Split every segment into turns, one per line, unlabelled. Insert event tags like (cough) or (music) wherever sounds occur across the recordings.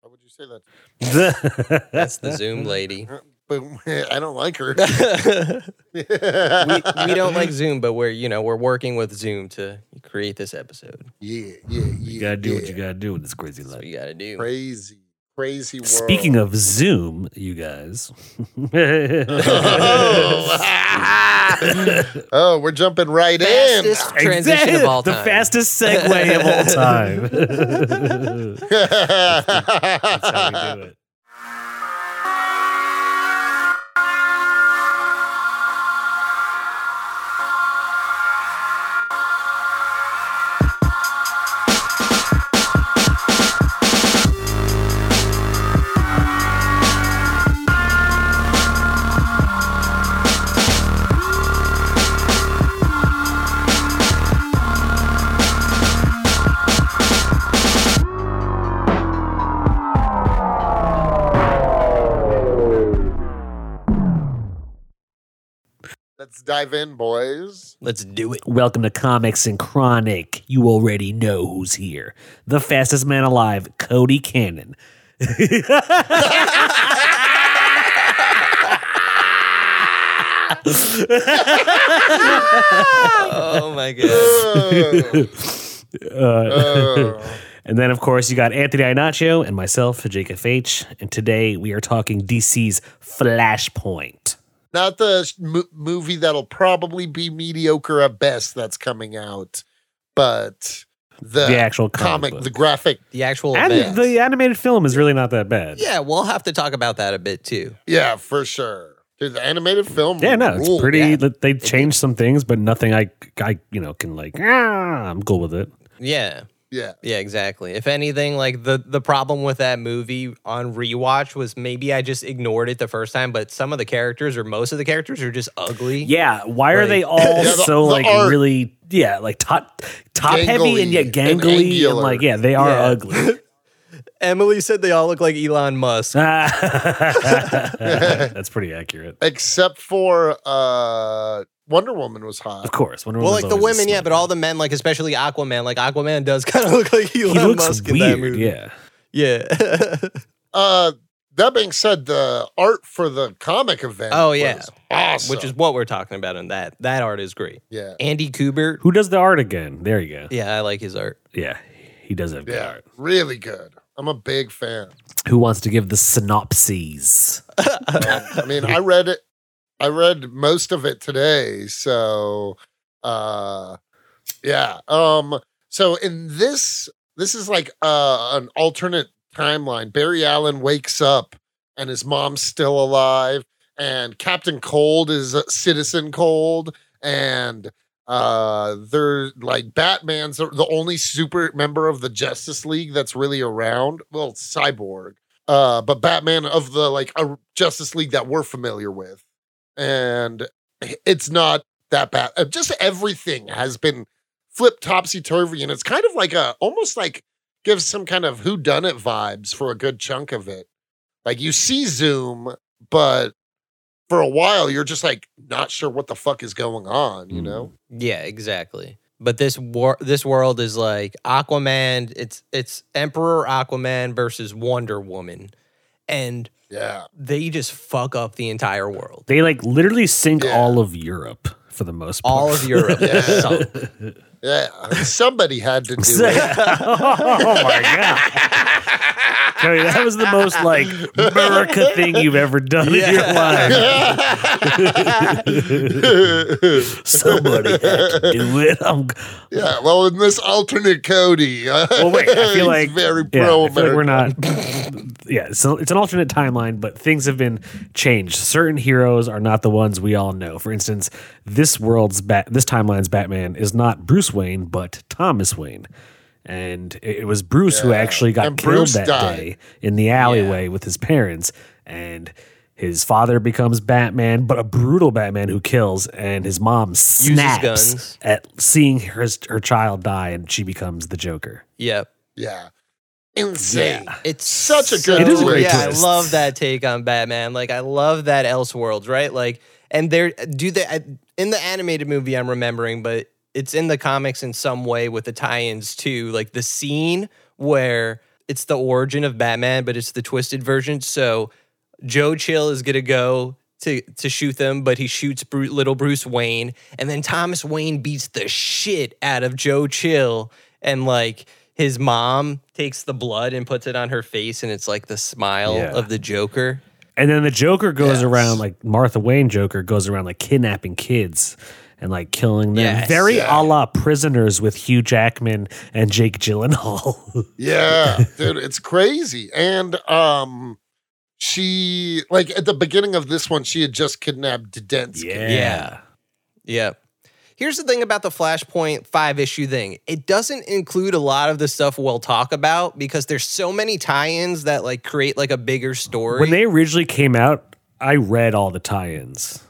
Why would you say that?
That's
(laughs)
the Zoom lady.
Boom. (laughs) I don't like
(laughs)
her.
we,
we,
we don't like Zoom, but we're you know we're working with Zoom to create this episode.
(laughs) Yeah, yeah, yeah.
You gotta do what you
yeah.
gotta do with this crazy
That's what
life.
you got to do. (laughs)
Crazy, crazy world.
Speaking of Zoom, you guys. (laughs)
oh, oh, we're jumping right (laughs)
Fastest (laughs) transition of all
the
time.
fastest segue of all time.
(laughs)
(laughs) That's how
in.
we do it.
Let's dive in, boys.
Let's do it.
Welcome to Comics and Chronic. You already know who's here. The fastest man alive, Cody Cannon.
Uh.
Oh my god.
(laughs)
Oh,
Uh,
oh.
(laughs) and then, of course, you got Anthony Inacio and myself, Jacob H. And today we are talking DC's Flashpoint.
Not the sh- mo- movie that'll probably be mediocre at best that's coming out, but the,
the actual comic,
comic,
book.
the graphic.
The actual
And
event.
the uh, animated film is really not that bad.
yeah, we'll have to talk about that a bit too.
Yeah, for sure. Dude, the animated film.
Yeah, no, it's
ruled.
pretty.
yeah.
that They changed some things, but nothing I, I, you know, can like. Ah, I'm cool with it.
Yeah.
Yeah.
Yeah, exactly. If anything, like the the problem with that movie on rewatch was maybe I just ignored it the first time, but some of the characters or most of the characters are just ugly.
Yeah, why are
Like-
they all
(laughs)
Yeah, the-
so
the
like
art.
really? Yeah, like top top heavy and yet
Gangly and
gangly and,
angular.
like yeah, they are
Yeah. (laughs)
ugly. (laughs)
Emily said they all look like Elon Musk.
That's pretty accurate.
Except for uh Wonder Woman was
Of
hot.
course, Wonder
Well,
Woman's
like the
always a
women, yeah,
slut.
but all the men, like especially Aquaman, like Aquaman does (laughs) kind of look like Elon
he looks
Musk in that
weird.
movie.
Yeah,
Yeah. (laughs)
Uh that being said, the art for the comic event
Oh, yeah.
was awesome.
Which is what we're talking about in that. That art is great.
yeah.
Andy Kubert.
who does the art again? There you go.
Yeah, I like his art.
(laughs)
(laughs)
Yeah, he does have good
Yeah.
art.
Really good. I'm a big fan.
Who wants to give the synopses?
Um, I mean, I read it I read most of it today, so uh yeah. Um so in this this is like uh an alternate timeline. Barry Allen wakes up and his mom's still alive and Captain Cold is uh, Citizen Cold and uh they're like Batman's the- the only super member of the Justice League that's really around. Well, it's Cyborg. Uh but Batman of the like a Justice League that we're familiar with. And it's not that bad. Uh, Just everything has been flipped topsy turvy and it's kind of like a almost like gives some kind of who done it vibes for a good chunk of it. Like you see Zoom, but for a while you're just like not sure what the fuck is going on, you
Mm.
know?
Yeah, exactly. But this war, this world is like Aquaman. It's it's Emperor Aquaman versus Wonder Woman, and
Yeah.
they just fuck up the entire world.
They like literally sink
Yeah.
all of Europe for the most part.
All of Europe
Yeah.
sunk.
(laughs)
Yeah. Somebody had to do it.
oh my god.
(laughs)
Cody, that was the most like America thing you've ever done in your
Yeah.
life. Somebody had to do it. I'm,
(laughs) yeah, well, in this alternate Cody, (laughs) uh,
well, wait. I
he's
feel like
very
yeah,
pro
I feel like we're
American.
not. (laughs) Yeah, so it's an alternate timeline, but things have been changed. Certain heroes are not the ones we all know. For instance, this world's bat, this timeline's Batman is not Bruce Wayne, but Thomas Wayne. And it it was Bruce who
Yeah.
actually got
And
killed
Bruce
that
died.
day in the alleyway with his parents and his father becomes Batman, but a brutal Batman who kills, and his mom snaps
guns.
at seeing her, her child die, and she becomes the Joker.
Yep.
Yeah. Insane.
It's
Such a good
It is a great
yeah,
twist.
I love that take on Batman. Like I love that Elseworlds, right? Like and there do they I- in the animated movie I'm remembering, but it's in the comics in some way with the tie-ins too. Like the scene where it's the origin of Batman, but it's the twisted version. So Joe Chill is gonna go to to shoot them, but he shoots Bru little Bruce Wayne, and then Thomas Wayne beats the shit out of Joe Chill, and like his mom takes the blood and puts it on her face, and it's like the smile
Yeah.
of the Joker.
And then the Joker goes
Yes.
around like Martha Wayne Joker goes around like kidnapping kids and like killing them.
Yes.
Very
Yeah.
a la prisoners with Hugh Jackman and Jake Gyllenhaal. (laughs)
Yeah, dude, it's crazy. And um she like at the beginning of this one, she had just kidnapped Densky.
Yeah. Yep. Here's the thing about the Flashpoint 5 issue thing. It doesn't include a lot of the stuff we'll talk about because there's so many tie-ins that like create like a bigger story.
When they originally came out, I read all the tie-ins.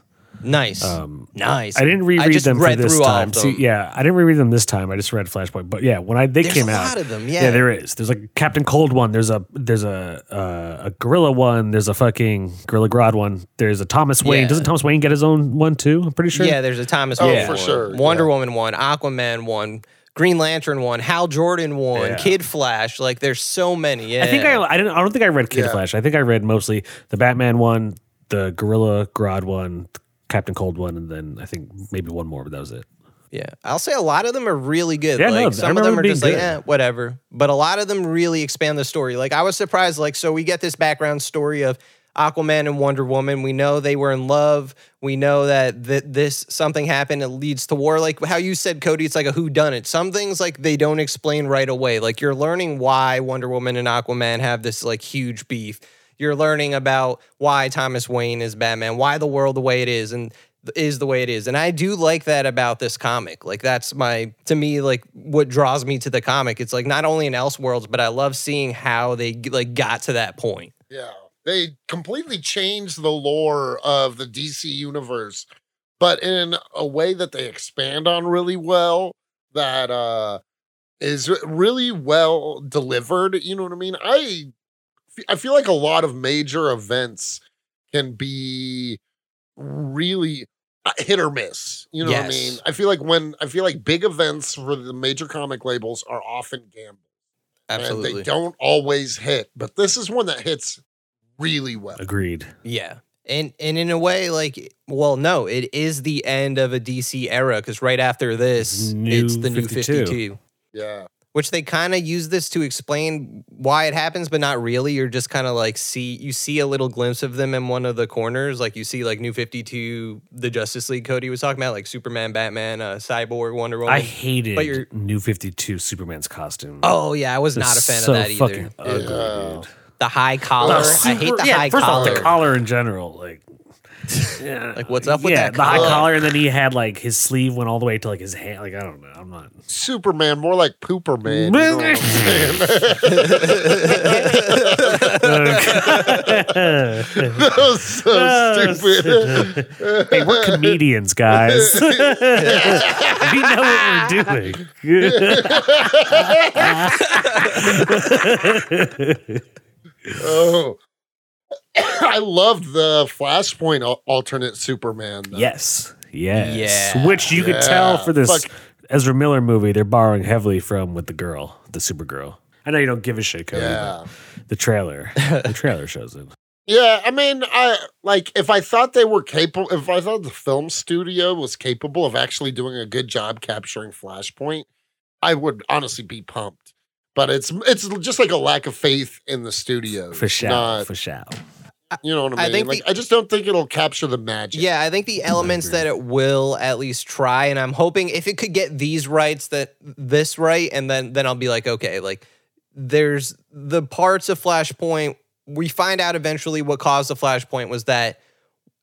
nice.
Um,
nice.
I didn't reread
just
them for
read
this
through all
time.
of
See,
them.
yeah, I didn't reread them this time. I just read Flashpoint. But yeah, when I they
There's
came
a
out,
lot of them,
yeah,
yeah.
there is. There's like Captain Cold one. There's a there's a uh, a gorilla one. There's a fucking Gorilla Grodd one. There's a Thomas Wayne.
Yeah.
Doesn't Thomas Wayne get his own one too? I'm pretty sure.
Yeah, there's a Thomas
Oh,
Wayne
for
one,
sure,
Wonder
yeah.
Woman one, Aquaman one, Green Lantern one, Hal Jordan one,
Yeah.
Kid Flash. Like there's so many. Yeah.
I think I I didn't. I don't think I read Kid
Yeah.
Flash. I think I read mostly the Batman one, the Gorilla Grodd one, Captain Cold one, and then I think maybe one more. But that was it.
Yeah, I'll say a lot of them are really good.
Yeah,
like
no, I
some of
remember
them are
being
just like,
good.
eh, whatever. But a lot of them really expand the story. Like I was surprised. Like so, we get this background story of Aquaman and Wonder Woman. We know they were in love. We know that th- this something happened. It leads to war. Like how you said, Cody. It's like a who done it. Some things like they don't explain right away. Like you're learning why Wonder Woman and Aquaman have this like huge beef. You're learning about why Thomas Wayne is Batman. Why the world the way it is, and is the way it is. And I do like that about this comic. Like that's my to me like what draws me to the comic. It's like not only in Elseworlds, but I love seeing how they g- like got to that point.
Yeah. They completely changed the lore of the DC universe, but in a way that they expand on really well that uh is re- really well delivered, you know what I mean? I f- I feel like a lot of major events can be really uh, hit or miss, you know what I
Yes.
mean? I feel like when I feel like big events for the major comic labels are often gambled and
Absolutely.
they don't always hit. But this is one that hits really well.
Agreed.
Yeah. And and in a way like well no, it is the end of a DC era cuz right after this
New
it's the new
52.
52.
Yeah,
which they kind of use this to explain why it happens, but not really. You're just kind of like see you see a little glimpse of them in one of the corners, like you see like New Fifty Two, the Justice League Cody was talking about, like Superman, Batman, uh, Cyborg, Wonder Woman.
I hated
but you're-
New Fifty Two Superman's costume.
oh yeah, I was not a
It's
fan
so
of that either.
Fucking ugly,
Yeah.
dude.
The high collar, I hate the
yeah,
high
first
collar.
off, the collar in general, (laughs) like, yeah.
Like, what's up with
yeah,
that
the high
collar?
collar, and then he had like his sleeve went all the way to like his hand. Like, I don't know, I'm
(laughs)
not. (laughs)
Superman, more like Pooper Man. you know what I'm
(laughs)
(laughs)
saying? (laughs) that was so
Oh,
stupid.
hey, we're comedians,
(laughs)
guys. we know what we're
(laughs)
doing.
(laughs)
oh. (coughs) I loved the Flashpoint al- alternate Superman. though.
yes, yes.
Yeah.
Which you could
Yeah.
tell for this
Fuck.
Ezra Miller movie, they're borrowing heavily from with the girl, the Supergirl. I know you don't give a shit, Cody.
Yeah.
but The trailer, the trailer shows it.
Yeah, I mean, I like if I thought they were capable, if I thought the film studio was capable of actually doing a good job capturing Flashpoint, I would honestly be pumped. But it's it's just like a lack of faith in the studio.
For
It's
shout,
not-
for shout.
you know what I
I
mean?
think
like
the-
I just don't think it'll capture the magic.
Yeah, I think the elements
agree.
that it will at least try, and I'm hoping if it could get these rights, that this right, and then then I'll be like, okay, like there's the parts of Flashpoint. We find out eventually what caused the Flashpoint was that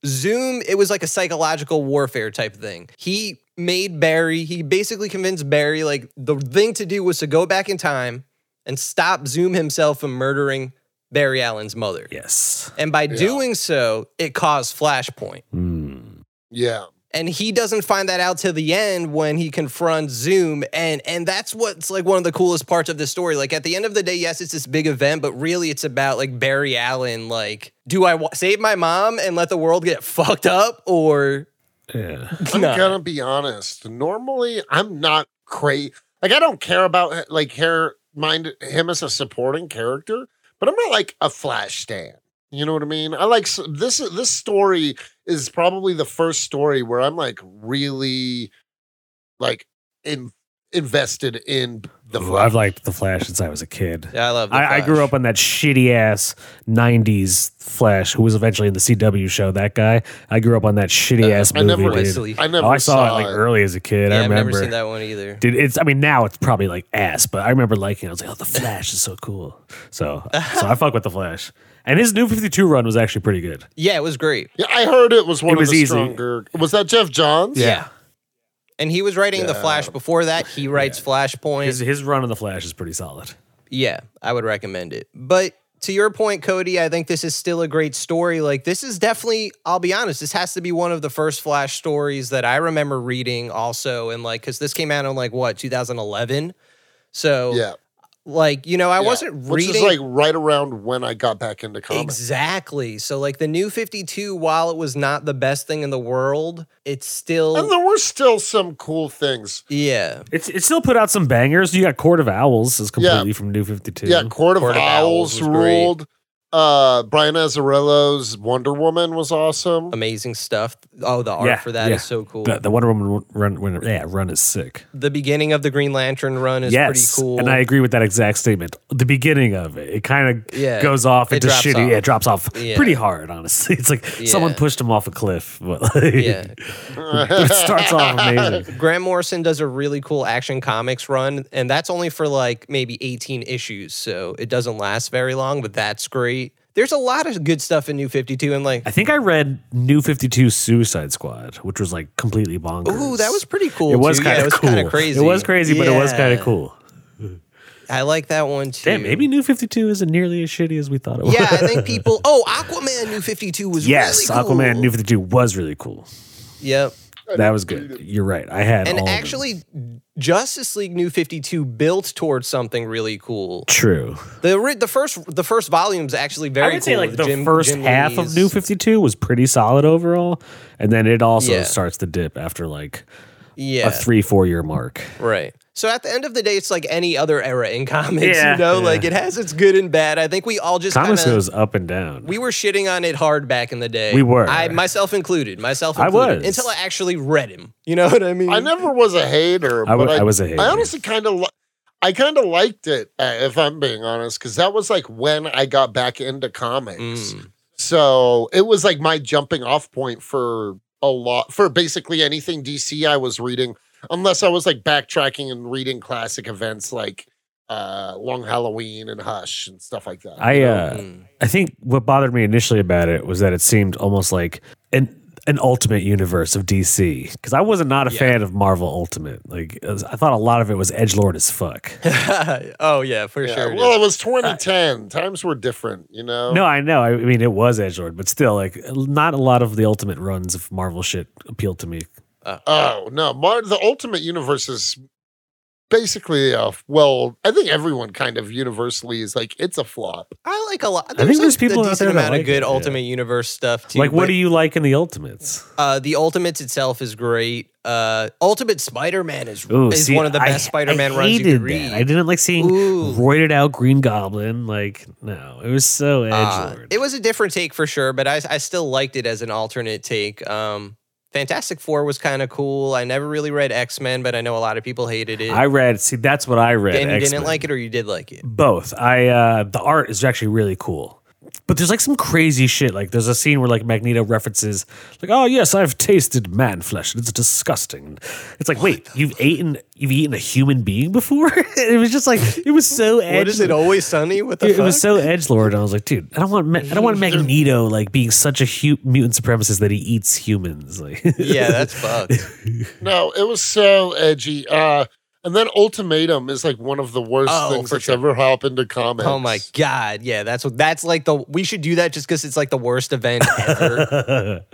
Zoom, it was like a psychological warfare type thing. He made Barry, he basically convinced Barry, like, the thing to do was to go back in time and stop Zoom himself from murdering Barry Allen's mother.
Yes.
And by
Yeah.
doing so, it caused Flashpoint.
Mm.
yeah,
And he doesn't find that out till the end when he confronts Zoom. And and that's what's like one of the coolest parts of the story. Like at the end of the day, yes, it's this big event, but really it's about like Barry Allen. Like, do I wa- save my mom and let the world get (laughs) fucked up or
Yeah.
(laughs) I'm
Nah.
gonna be honest. Normally, I'm not crazy. Like I don't care about like hair mind him as a supporting character, but I'm not like a Flash stan. You know what I mean? I like s- this. This story is probably the first story where I'm like really, like in, invested in the
Ooh,
Flash.
I've liked the Flash since I was a kid.
Yeah, I love. The
I, I grew
Flash.
up on that shitty ass '90s Flash, who was eventually in the CW show. That guy, I grew up on that shitty
Uh,
ass
I
movie.
never-
dude.
Wesley.
I never
Oh, I saw, it like
it.
early as a kid.
Yeah,
I
I've
remember.
never seen that one either.
Dude, it's. I mean, now it's probably like ass, but I remember liking. it. I was like, "Oh, the Flash is so cool." So, so I fuck with the Flash, and his new Fifty Two run was actually pretty good.
Yeah, it was great.
Yeah, I heard it was one
was
of the
easy.
stronger. Was that Jeff Johns?
And he was writing the
Yeah.
Flash before that. He writes Flashpoint.
his his run on the Flash is pretty solid.
Yeah, I would recommend it. But to your point, Cody, I think this is still a great story. Like, this is definitely, I'll be honest, this has to be one of the first Flash stories that I remember reading also. And like, because this came out in like what, 2011? So,
yeah.
like, you know, I
yeah.
wasn't
Which
reading.
is like right around when I got back into comics.
Exactly. So, like, the new 52, while it was not the best thing in the world, it's
And
still,
there were still some cool things.
yeah.
It's it still put out some bangers. You got Court of Owls is
Yeah.
completely from New Fifty Two.
Yeah, Court of,
Court of
Owls,
Owls was great.
ruled. Uh, Brian Azzarello's Wonder Woman was awesome.
Amazing stuff. Oh, the art
Yeah,
for that is
yeah.
so cool.
the,
The,
the Wonder Woman run, run yeah run is sick.
beginning of the Green Lantern run is
yes,
pretty cool.
and I agree with that exact statement. The beginning of it, it kind of
Yeah.
goes off
It
into
drops
shitty.
off.
Yeah, it drops off
Yeah.
pretty hard. Honestly, (laughs) it's like someone
Yeah.
pushed him off a cliff. But like,
yeah.
(laughs) it starts off amazing.
Grant Morrison does a really cool action comics run, and that's only for like maybe 18 issues, so it doesn't last very long, but that's great. There's a lot of good stuff in New 52, and like,
I think I read New Fifty Two Suicide Squad, which was like completely bonkers.
ooh, that was pretty cool.
It was
too. Yeah,
kind
it
of
was
cool.
kinda crazy.
It was crazy, but it was
Yeah.
kind of cool.
I like that one too.
Damn, maybe (laughs) New Fifty Two isn't nearly as shitty as we thought it was.
Yeah, I think people. Oh, Aquaman New 52 was
yes,
really cool.
Aquaman New Fifty Two was really cool.
Yep.
That was good. You're right. I had all
And
of them.
actually, Justice League New 52 built towards something really cool.
true.
The ri- the first the first volume's actually very
I would say
cool
like
with
the
Jim-
first
Jim
half of
Lee's-
New Fifty Two was pretty solid overall, and then it also
Yeah.
starts to dip after like
yeah.
a three four year mark.
Right. So at the end of the day, it's like any other era in comics,
Yeah.
you know,
Yeah.
like it has its good and bad. I think we all just
Comics
kinda-
goes up and down.
we were shitting on it hard back in the day.
We were.
I myself included. Myself
I
included.
was.
Until I actually read him. You know what I mean?
(laughs) I never was a hater,
I wa-
but I,
I was a hater.
I honestly kind of, li- I kind of liked it, uh, if I'm being honest, because that was like when I got back into comics.
Mm.
So it was like my jumping off point for a lot, for basically anything DC I was reading, unless I was like backtracking and reading classic events like uh Long Halloween and Hush and stuff like that.
I uh,
Mm.
I think what bothered me initially about it was that it seemed almost like an an ultimate universe of DC because I wasn't not a
Yeah.
fan of Marvel Ultimate. Like I was- I thought a lot of it was edge lord as fuck.
(laughs) oh yeah, for
Yeah,
sure. it
well,
is.
it was 2010. Times were different, you
Oh.
know.
No, I know. I mean, it was edgelord, but still, like, not a lot of the ultimate runs of Marvel shit appealed to me.
Oh no, Mar- the Ultimate Universe is basically a well. I think everyone kind of universally is like it's a flop.
I like a lot. There's
think there's
a,
people
a
out
decent
there that
amount
like
of good
it, yeah.
Ultimate Universe stuff too.
like,
but-
what do you like in the Ultimates?
Uh, the Ultimates itself is great. Uh, Ultimate Spider-Man is
Ooh,
is
see,
one of the
I-
best Spider-Man
I
runs you
hated
could read.
that. I didn't like seeing
Ooh.
roided out Green Goblin. Like, no, it was so
Uh,
edgelord.
it was a different take for sure, but I, I still liked it as an alternate take. Um, Fantastic Four was kind of cool. I never really read X Men, but I know a lot of people hated it.
I read. See, that's what I read.
and you
X-Men.
didn't like it, or you did like it.
both. I uh, the art is actually really cool. But there's like some crazy shit. Like there's a scene where like Magneto references, like, "Oh yes, I've tasted man flesh. and It's disgusting." It's like, wait, you've eaten you've eaten a human being before? (laughs) it was just like it was so edge.
Always Sunny? What
It was so edge lord, and I was like, dude, I don't want Ma- I don't want Magneto like being such a hu- mutant supremacist that he eats humans. (laughs) Like,
yeah, that's fucked.
No, it was so edgy. Uh, and then Ultimatum is like one of the worst
Oh,
things
for
that's
sure.
ever happened to comics.
Oh my god, yeah, that's what that's like the we should do that just because it's like the worst event
(laughs)
ever.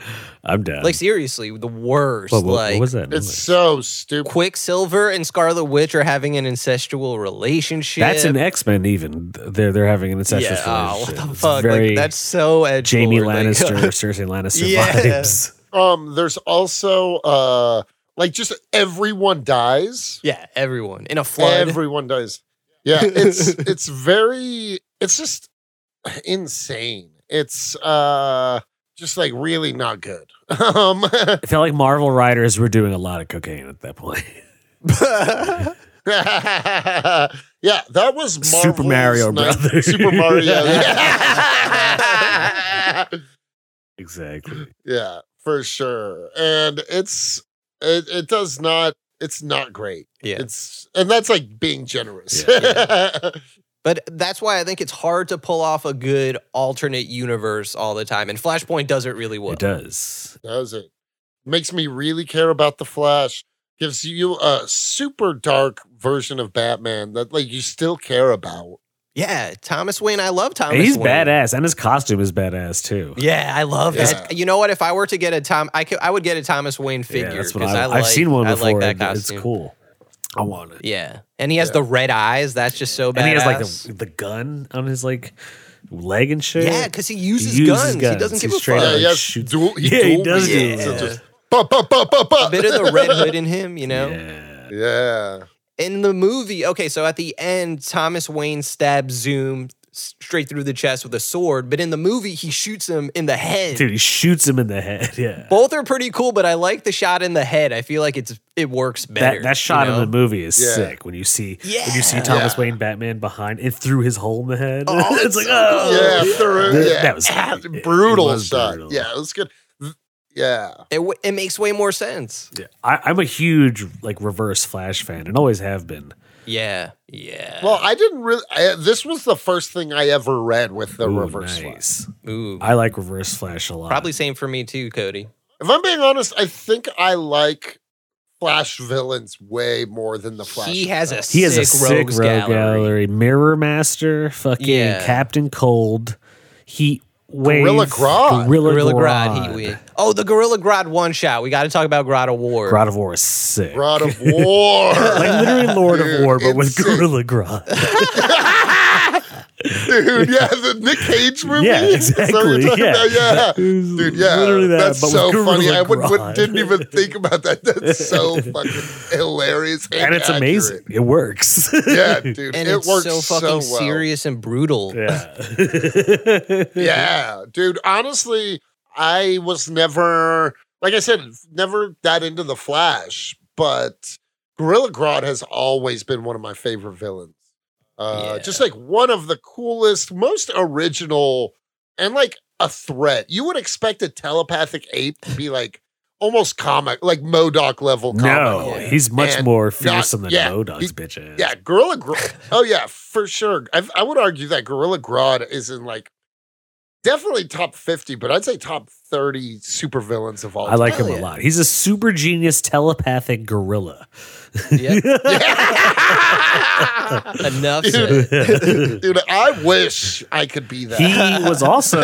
I'm down.
like seriously, the worst.
what, what- what
like
was that?
It's
noise?
so stupid.
Quicksilver and Scarlet Witch are having an incestual relationship.
That's an X Men. Even they're they're having an incestual
yeah. Oh, what
relationship.
the
It's
fuck?
Very
Like that's so edge.
Jamie Lannister,
(laughs)
Cersei Lannister
Yeah.
vibes.
Um, there's also uh, like just everyone dies.
yeah, everyone in a flood.
Everyone dies. yeah
(laughs)
it's it's very it's just insane it's uh just like really not good (laughs) um
It felt like Marvel writers were doing a lot of cocaine at that point. (laughs)
(laughs) yeah that was Marvel's
Super Mario
night-
Brothers.
super mario
(laughs) Exactly.
yeah for sure and it's it, it does not it's not great
(laughs) yeah.
it's and that's like being generous (laughs)
But that's why I think it's hard to pull off a good alternate universe all the time. And Flashpoint does it really well.
It does.
does it makes me really care about the flash gives you a super dark version of batman that like you still care about
Yeah, Thomas Wayne. I love Thomas
And he's
Wayne.
badass, and his costume is badass too.
Yeah, I love
Yeah.
that. You know what? If I were to get a Tom, I could, I would get a Thomas Wayne figure
Yeah, that's
because
what I,
I,
have
like,
seen one before.
I like that
and it's
costume.
cool. I want it.
Yeah, and he has
Yeah.
the red eyes. That's just so badass.
And he has like the, the gun on his like leg and shit.
yeah, because he uses
uses
guns. He
guns.
doesn't give
He's
a
straight up.
fuck.
yeah
like,
yes
shoots-
dual,
(laughs) Yeah, he
dual
does do
wields
that.
it, just bah, bah, bah, bah, bah.
A bit of the
(laughs)
Red Hood in him, you know.
Yeah.
yeah
in the movie, okay, so at the end, Thomas Wayne stabs Zoom straight through the chest with a sword, but in the movie, he shoots him in the head.
Dude, he shoots him in the head. (laughs) Yeah.
Both are pretty cool, but I like the shot in the head. I feel like it's it works better.
That, that shot
you
in the
know?
movie is
Yeah.
sick when you see when you see
Yeah.
Thomas
Yeah.
Wayne Batman behind it through his hole in the head. (laughs)
Oh,
it's
that's
like
so
oh
cool.
yeah, through,
That-
yeah.
that was-
Ah,
it-
(laughs)
it
brutal
was
stuff.
brutal.
Yeah, it was good. Th- Yeah,
It, w- it makes way more sense.
Yeah. I, I'm a huge like reverse Flash fan and always have been.
Yeah, yeah.
well, I didn't really. I, this was the first thing I ever read with the
Ooh,
reverse flash.
nice.
Ooh,
I like reverse Flash a lot.
probably same for me too, Cody.
If I'm being honest, I think I like Flash villains way more than the Flash. (laughs)
He has a
itself.
he has a
sick
sick rogue
rogues gallery.
gallery. Mirror Master, fucking
Yeah.
Captain Cold, Heat Wave,
Gorilla Grodd.
Gorilla,
Gorilla
Grodd,
Grodd. He, we, oh, the Gorilla Grodd one shot. We got to talk about Grodd of War.
Grodd of War is sick.
God
(laughs)
of War.
like literally Lord
Dude,
of War, but with
it's sick.
Gorilla Grodd.
(laughs) dude. Yeah, the Nick Cage movie. (laughs)
yeah,
Is that what
exactly.
you're talking
Yeah.
about?
(laughs)
yeah.
dude,
Dude, yeah,
literally that.
that's
but
so
with
funny.
Gorilla
I would, would-
Grodd.
didn't even
(laughs)
think about that. That's so fucking hilarious, and,
and it's
accurate.
amazing. It works.
Yeah, dude,
and
it
it's
works
so fucking
well.
serious and brutal.
(laughs) yeah.
yeah, dude. Honestly, I was never, like I said, never that into the Flash, but Gorilla Grodd has always been one of my favorite villains. Uh,
Yeah.
Just like one of the coolest, most original, and like a threat. You would expect a telepathic ape to be like almost comic, like Modoc level.
No,
Comic.
he's much
And
more fearsome than
yeah,
Modoc's
he-
bitch ass.
Yeah, Gorilla Grodd. oh yeah, for sure. I, I would argue that Gorilla Grodd is in like definitely top fifty, but I'd say top thirty supervillains of all.
I like
time.
him
Hell
a
yeah.
lot. He's a super genius telepathic gorilla. (laughs)
Yep.
(laughs) Yeah.
Enough said.
(laughs) he
Dude, I wish I could be that.
was
(laughs)
also (laughs)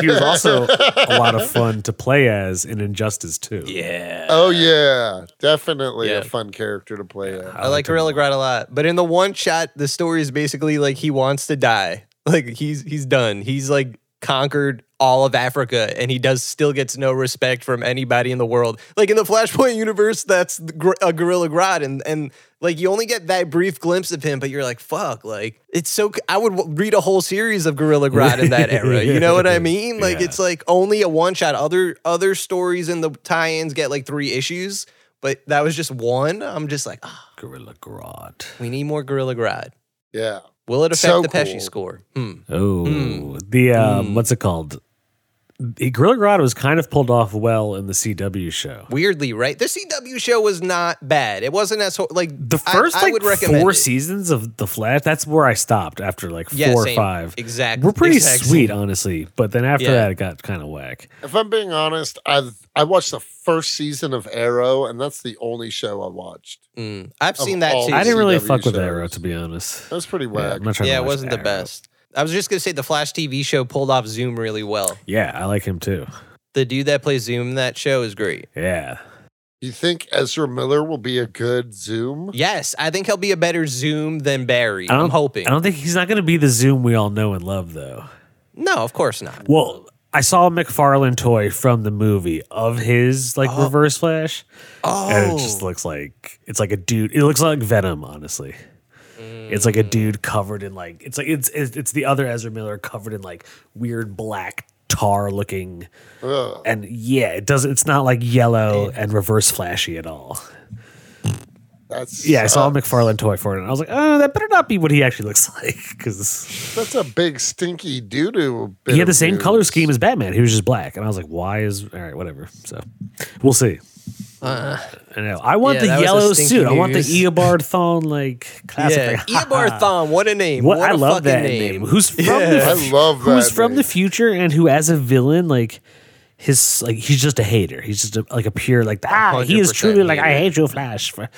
he was also a lot of fun to play as in Injustice too.
Yeah.
Oh yeah, definitely a
Yeah.
fun character to play. as.
I like Gorilla Grodd a lot, but in the one shot, the story is basically like he wants to die. (laughs) Like he's he's done. He's like conquered all of Africa, and he does still gets no respect from anybody in the world. Like in the Flashpoint universe, that's the gor- a Gorilla Grodd, and and like you only get that brief glimpse of him, but you're like, fuck, like it's so. c- I would w- read a whole series of Gorilla Grodd in (laughs) that era. You know what I mean? Like
Yeah.
it's like only a one shot. Other other stories in the tie-ins get like three issues. But that was just one. I'm just like, ah,
Gorilla Grodd.
we need more Gorilla Grodd.
Yeah,
Will it affect
So
the Pesci
cool.
score? Hmm.
Oh, the um, what's it called? The Gorilla Grodd was kind of pulled off well in the CW show.
Weirdly, right? The CW show was not bad. It wasn't as ho- like
The first
I, I
like
would recommend
four
it.
seasons of the Flash. That's where I stopped after like four
Yeah,
or
same.
five.
Exact-
We're pretty
exact same.
sweet, honestly. But then after
Yeah.
that, it got kind of whack.
if I'm being honest, I I watched the first season of Arrow, and that's the only show I watched.
Mm. I've
Of
seen that
all
too.
the
I didn't really
CW
fuck with
shows.
Arrow to be honest.
That was pretty
Yeah,
whack.
I'm not trying to
yeah, it
watch
wasn't the
Arrow.
best. I was just gonna say the Flash TV show pulled off Zoom really well.
Yeah, I like him too.
The dude that plays Zoom in that show is great.
Yeah,
You think Ezra Miller will be a good Zoom?
Yes, I think he'll be a better Zoom than Barry.
I don't-
I'm hoping.
I don't think he's not going to be the Zoom we all know and love though.
No, of course not.
Well, I saw a McFarlane toy from the movie of his like Reverse Flash,
Oh,
and it just looks like it's like a dude. It looks like Venom, honestly. It's like a dude covered in like it's like it's it's, it's the other Ezra Miller covered in like weird black tar looking
Ugh.
and yeah, it does it's not like yellow and reverse flashy at all. Uh,
That's uh,
Yeah, I saw a McFarlane toy for it and I was like, "Oh, that better not be what he actually looks (laughs) like cuz
That's a big stinky doo doo.
he had the same color scheme as Batman. He was just black." And I was like, "Why is all right, whatever." So, we'll see. I know. I want
Uh,
the
Yeah, that was a
yellow
stinky
suit. I want the
news.
Eobard Thawne like classic.
(laughs) yeah,
like,
Eobard Thawne, what a name!
What,
What
I
a
love
fucking
that name. Who's from the
I love
who's
that
from
name.
the future and who as a villain like his like he's just a hater. He's just a, like a pure like ah he is
100%
truly like I
hater.
hate you Flash. For,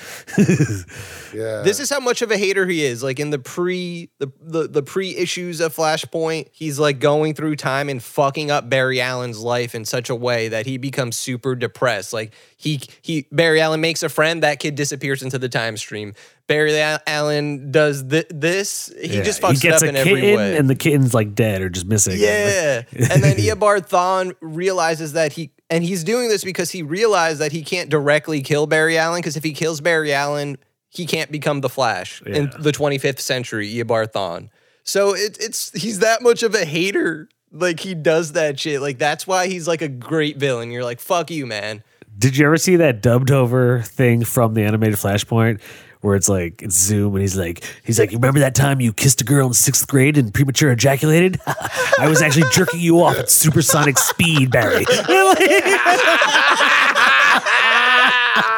Yeah.
This is how much of a hater he is. Like in the pre the the, the pre issues of Flashpoint, he's like going through time and fucking up Barry Allen's life in such a way that he becomes super depressed. Like he he Barry Allen makes a friend, that kid disappears into the time stream. Barry Al- Allen does thi- this, he
Yeah,
just fucks it up in every
kitten
way.
and the kitten's like dead or just missing.
Yeah. and then Eobard Thawne realizes that he and he's doing this because he realized that he can't directly kill Barry Allen because if he kills Barry Allen, he can't become the Flash in
Yeah.
the 25th century Eobard Thawne. So it, it's he's that much of a hater. Like he does that shit. Like that's why he's like a great villain. You're like fuck you, man.
Did you ever see that dubbed over thing from the animated Flashpoint where it's like it's Zoom and he's like he's like, Remember that time you kissed a girl in sixth grade and premature ejaculated? (laughs) I was actually jerking you off at supersonic speed, Barry. (laughs)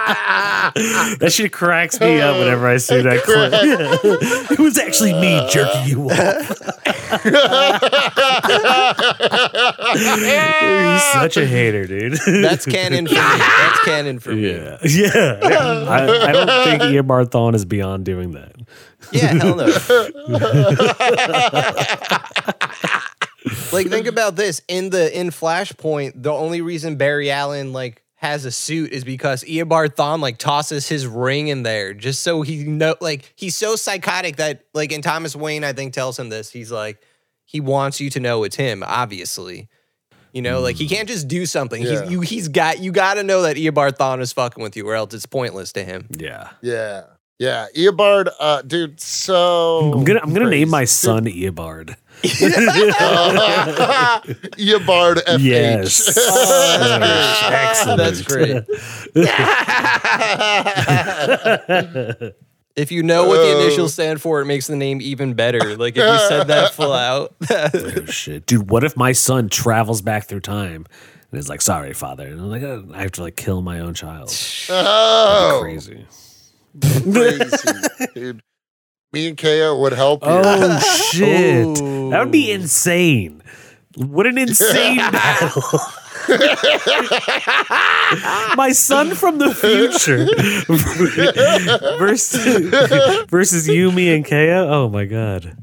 that shit cracks me up whenever I see that clip. (laughs) it was actually me jerking you off. (laughs) You're such a hater, dude. (laughs)
That's canon for me. That's canon for me.
Yeah. (laughs) Yeah. I, I don't think (laughs) Eobard Thawne is beyond doing that.
Yeah, hell no. like think about this in the in Flashpoint, the only reason Barry Allen like has a suit is because Eobard Thawne like tosses his ring in there just so he know like he's so psychotic that like and Thomas Wayne I think tells him this. He's like he wants you to know it's him, obviously. You know, like he can't just do something.
Yeah.
He's you he's got you got to know that Eobard Thawne is fucking with you, or else it's pointless
(laughs)
to him. (laughs)
Yeah.
yeah. Yeah. Eobard, uh, dude, so.
I'm gonna I'm gonna name
crazy.
my son Eobard. (laughs)
(laughs) Eobard FH. (laughs)
Yes. Oh, Excellent.
That's great. If you know what the
Oh.
initials stand for, it makes the name even better. Like if you said that full out. (laughs)
Oh, shit. Dude, what if my son travels back through time and is like, sorry, father? And I'm like, "Oh, I have to like kill my own child.
Oh.
Crazy.
crazy, dude. Me and KO would help you.
Oh shit. That would be
Ooh.
insane. What an (laughs) insane battle. My son from the future (laughs) versus versus Yumi and Kea. Oh my god.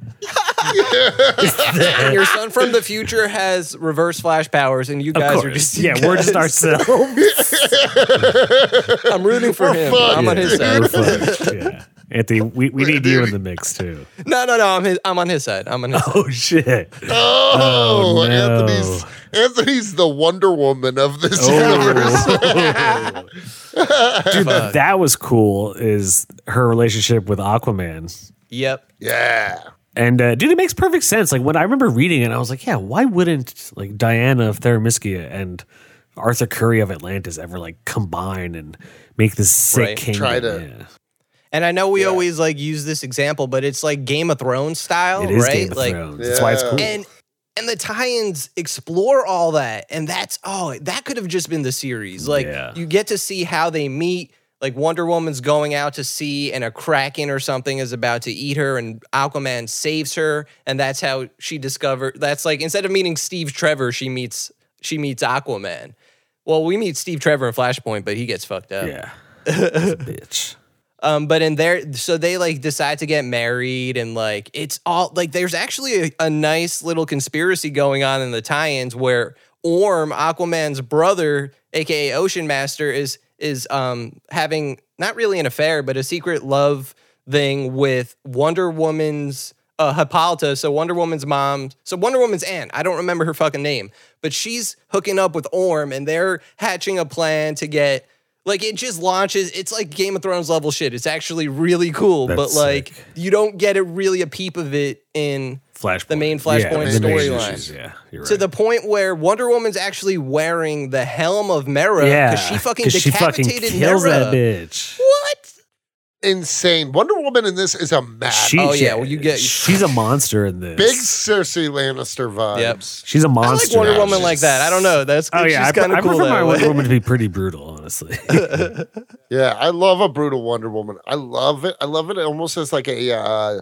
And your son from the future has reverse flash powers, and you
Of
guys are
course. (laughs)
just
yeah, we're just ourselves.
I'm rooting for him.
fucked,
I'm on his
yeah, we're
side.
fucked. Yeah. Anthony, we, we need you in the mix too.
No, no, no. I'm his, I'm on his side. I'm on his. side.
Oh shit.
(laughs)
(laughs)
Oh,
Oh, no.
Anthony's Anthony's the Wonder Woman of this
Oh.
universe.
(laughs) Dude, Oh. that was cool is her relationship with Aquaman.
Yep.
(laughs) Yeah.
And uh, dude, it makes perfect sense. Like when I remember reading it, I was like, yeah, why wouldn't like Diana of Theramiskia and Arthur Curry of Atlantis ever like combine and make this sick
Right,
kingdom?
try to-
Yeah.
And I know we always like use this example, but it's like Game of Thrones style,
It is
Oh, right?
Game of
like
Thrones. That's why it's
Yeah.
cool.
and and the tie-ins explore all that and that's oh that could have just been the series like
Yeah.
you get to see how they meet like wonder woman's going out to sea and a kraken or something is about to eat her and aquaman saves her and that's how she discovered that's like instead of meeting steve trevor she meets she meets aquaman well we meet steve trevor in flashpoint but he gets fucked up (laughs)
yeah. Bitch.
um, but in there, so they like decide to get married, and like it's all like there's actually a, a nice little conspiracy going on in the tie-ins where Orm, Aquaman's brother, aka Ocean Master, is is um having not really an affair, but a secret love thing with Wonder Woman's uh, Hippolyta. So Wonder Woman's mom. So Wonder Woman's aunt. I don't remember her fucking name, but she's hooking up with Orm, and they're hatching a plan to get Like it just launches. It's like Game of Thrones level shit. It's actually really cool, but
That's
like
sick.
you don't get a, really a peep of it in
Flashpoint.
the main
Yeah,
Flashpoint
the main
storyline.
issues, Yeah, you're right.
to the point where Wonder Woman's actually wearing the helm of Mera
yeah,
because she fucking
'cause she fucking
decapitated
kills
Mera.
that bitch.
What?
Insane. Wonder Woman in this is a mad.
She-
Oh, yeah, well, you
(laughs)
get-
she's a monster in this.
Big Cersei Lannister vibes.
Yep.
She's a
I
monster.
like Wonder
in
Woman
this.
like that. I don't know. That's
Oh yeah, I,
she's
pre-
kind
I
of cool
prefer my
that way.
(laughs)
Wonder Woman to
(laughs)
be pretty brutal, honestly.
Yeah, I love a brutal Wonder Woman. I love it. I love it almost as like a uh,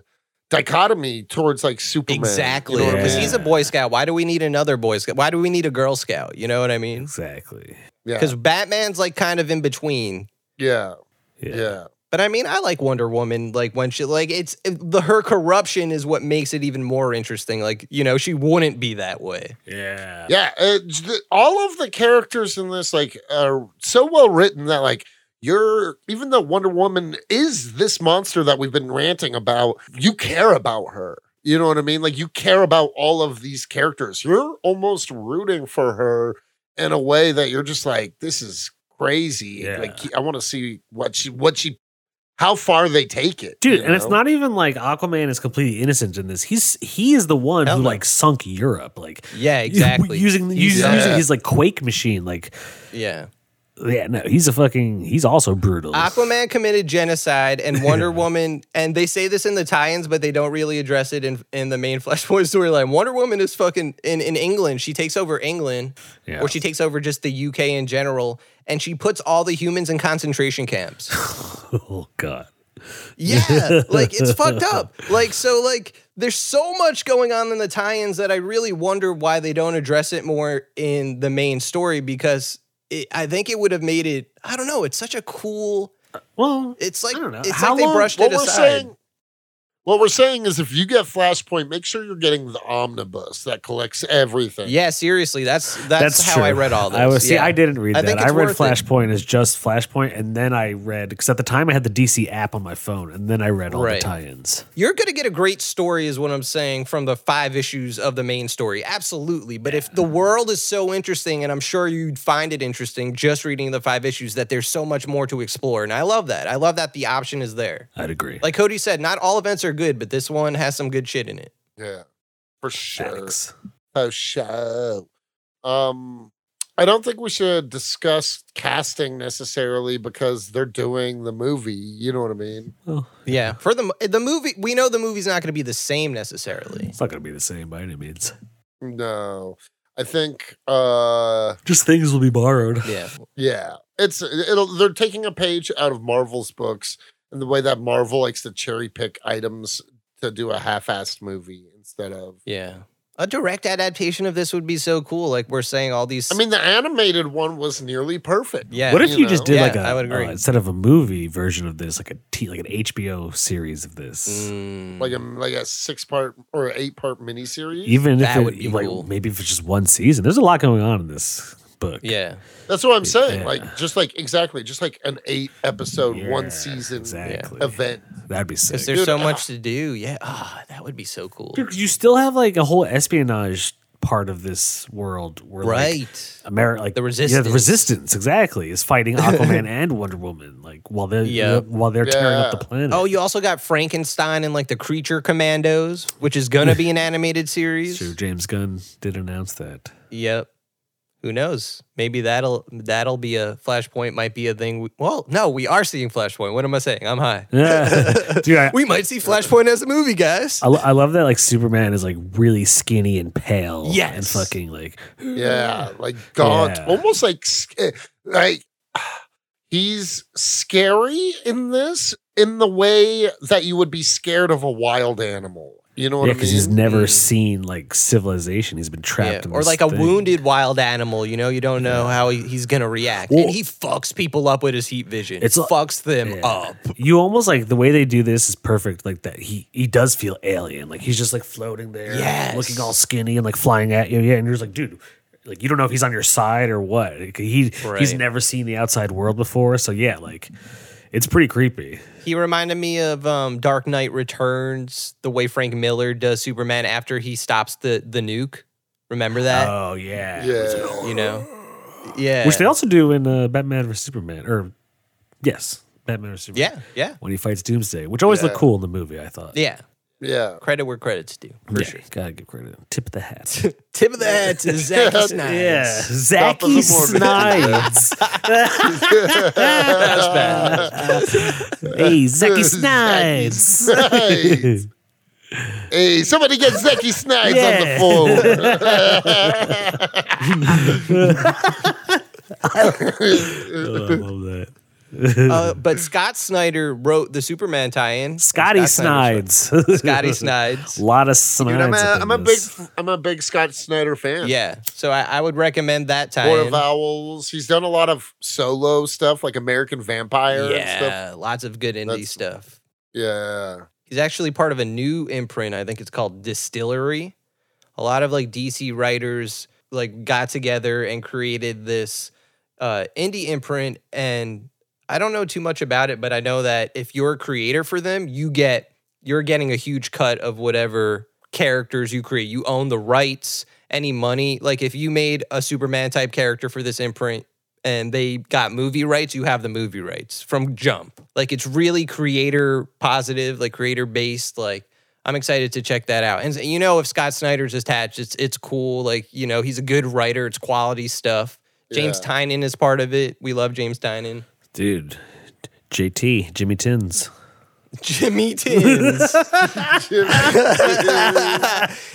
dichotomy towards like Superman. you know
Exactly,
what I
because
Yeah.
mean?
he's a Boy Scout. Why do we need another Boy Scout? Why do we need a Girl Scout? You know what I mean?
exactly.
yeah.
Because Batman's like kind of in between.
yeah,
Yeah.
yeah,
But I mean, I like Wonder Woman. Like when she like it's the her corruption is what makes it even more interesting. Like you know, she wouldn't be that way.
Yeah.
Yeah, it- th- all of the characters in this like are so well written that like you're even though Wonder Woman is this monster that we've been ranting about, you care about her. You know what I mean? Like you care about all of these characters. You're almost rooting for her in a way that you're just like, this is crazy.
Yeah.
Like I want to see what she what she how far they take it.
Dude,
you
and it's
know?
not even like Aquaman is completely innocent in this. He's he is the one
Hell
who
no.
like sunk Europe, like (laughs)
Yeah, exactly.
using
He's-
using,
Yeah.
using his like quake machine. Like,
yeah.
yeah, no, he's a fucking. He's also brutal.
Aquaman committed genocide and Wonder Woman, and they say this in the tie-ins, but they don't really address it in, in the main (laughs) Flashpoint storyline. Wonder Woman is fucking in, in England. She takes over England,
Yeah.
or she takes over just the UK in general, and she puts all the humans in concentration camps.
oh god.
Yeah, like
(laughs)
it's fucked up. Like so, like there's so much going on in the tie-ins that I really wonder why they don't address it more in the main story because it, I think it would have made it. I don't know. It's such a cool.
Well,
It's like
I don't know.
it's
How
like they
long-
brushed
what
it
we're
aside.
saying what we're saying is if you get flashpoint make sure you're getting the omnibus that collects everything
Yeah, seriously, that's that's, how I
true.
read all this.
I was see,
yeah.
I didn't read
I
that.
think
I
it's
read
worth it.
Flashpoint as just Flashpoint, and then I read because at the time I had the DC app on my phone, and then I read all
Right.
the tie-ins.
You're gonna get a great story, is what I'm saying, from the five issues of the main story. Absolutely. But if the world is so interesting, and I'm sure you'd find it interesting just reading the five issues, that there's so much more to explore. And I love that. I love that the option is there.
I'd agree.
Like Cody said, not all events are good, but this one has some good shit in it.
Yeah, for sure
Alex.
for sure um i don't think we should discuss casting necessarily because they're doing the movie you know what i mean
Well,
Yeah. For the the movie, we know the movie's not gonna be the same necessarily.
it's not going to be the same by any means.
no i think uh
Just things will be borrowed.
Yeah.
yeah it's it'll they're taking a page out of marvel's books and the way that marvel likes to cherry pick items to do a half-assed movie instead of
Yeah. A direct adaptation of this would be so cool. Like we're saying all these
I mean, the animated one was nearly perfect.
Yeah.
What if you,
you
just
know.
did
Yeah,
like a
I would agree.
uh, instead of a movie version of this, like a t- like an HBO series of this?
Mm.
Like a like a six part or eight part miniseries.
Even if
That
it
would be
like
cool.
maybe if it's just one season, there's a lot going on in this book.
yeah.
That's what I'm saying.
Yeah.
Like just like exactly, just like an eight episode,
Yeah,
one season
exactly.
event.
That'd be sick.
Because there's
Dude,
so
ah.
much to do. Yeah. Ah, that would be so cool.
Dude, 'cause you still have like a whole espionage part of this world where
Right.
like Ameri- like
The
Yeah, the
resistance.
resistance exactly is fighting
(laughs)
Aquaman and Wonder Woman like while they're
Yeah.
while they're tearing up
Yeah.
the planet.
oh, you also got Frankenstein and like the Creature Commandos, which is going
(laughs)
to be an animated
It's
series.
true. James Gunn did announce that.
(laughs)
(laughs)
Yep. Who knows? Maybe that'll that'll be a Flashpoint. Might be a thing. We, well, no, we are seeing Flashpoint. What am I saying? I'm high.
Yeah. Dude, I,
We might see Flashpoint as a movie, guys.
I, lo- I love that like Superman is like really skinny and pale. and
Yes.
fucking like
Yeah, like gaunt,
Yeah.
almost like sc- like he's scary in this in the way that you would be scared of a wild animal. You know what
yeah,
I
because
mean?
he's never
Mm.
seen like civilization. He's been
Yeah,
trapped in
Or
this
like a
thing.
wounded wild animal. You know, you don't know how he, he's going to react,
Well-
and he fucks people up with his heat vision.
It's
It's
like-
fucks them
Yeah.
up.
You almost like the way they do this is perfect. Like that he he does feel alien. Like he's just like floating there,
Yes.
looking all skinny and like flying at you. Yeah, and you're just like, dude, like you don't know if he's on your side or what. Like, He he's
Right.
never seen the outside world before. So yeah, like it's pretty creepy.
He reminded me of um, Dark Knight Returns, the way Frank Miller does Superman
Uh,
after he stops the the nuke. Remember that?
oh yeah,
Yeah.
you know, Yeah.
which they also do in uh, Batman vs Superman, or yes, Batman vs Superman.
yeah. Yeah.
when he fights Doomsday, which always looked
Yeah.
cool in the movie. I thought.
Yeah.
(laughs)
Yeah.
Credit where credit's due. For
Yeah,
sure.
gotta give credit. Tip of the hat.
Tip of the hat
(laughs)
to Zack Snyder.
Yeah,
Top of the
Zacky Snides.
That's bad.
(laughs) hey, Zacky
Zacky
Snides. (laughs)
Snides. Hey, somebody get Zeki Snipes
Yeah.
on the phone.
Oh, I love that.
Uh, but Scott Snyder wrote the Superman tie-in.
Scotty
Scott Snyder-
(laughs)
Snides. (laughs)
Scotty Snides.
A lot of Snides.
Dude, I'm a,
up in
I'm a big
this.
I'm a big Scott Snyder fan.
Yeah. So I, I would recommend that
War of
tie-in.
Owls. He's done a lot of solo stuff like American Vampire and stuff.
Yeah. Lots of good indie
That's-
stuff.
Yeah.
He's actually part of a new imprint. I think it's called Distillery. A lot of like DC writers like got together and created this uh, indie imprint. And I don't know too much about it, but I know that if you're a creator for them, you get you're getting a huge cut of whatever characters you create. You own the rights, any money. Like if you made a Superman type character for this imprint, and they got movie rights, you have the movie rights from jump. Like it's really creator positive, like creator based. Like I'm excited to check that out. And you know, if Scott Snyder's attached, it's it's cool. Like you know, he's a good writer. It's quality stuff. James
Yeah.
Tynan is part of it. We love James Tynan.
dude. JT Jimmy Tins.
Jimmy Tins.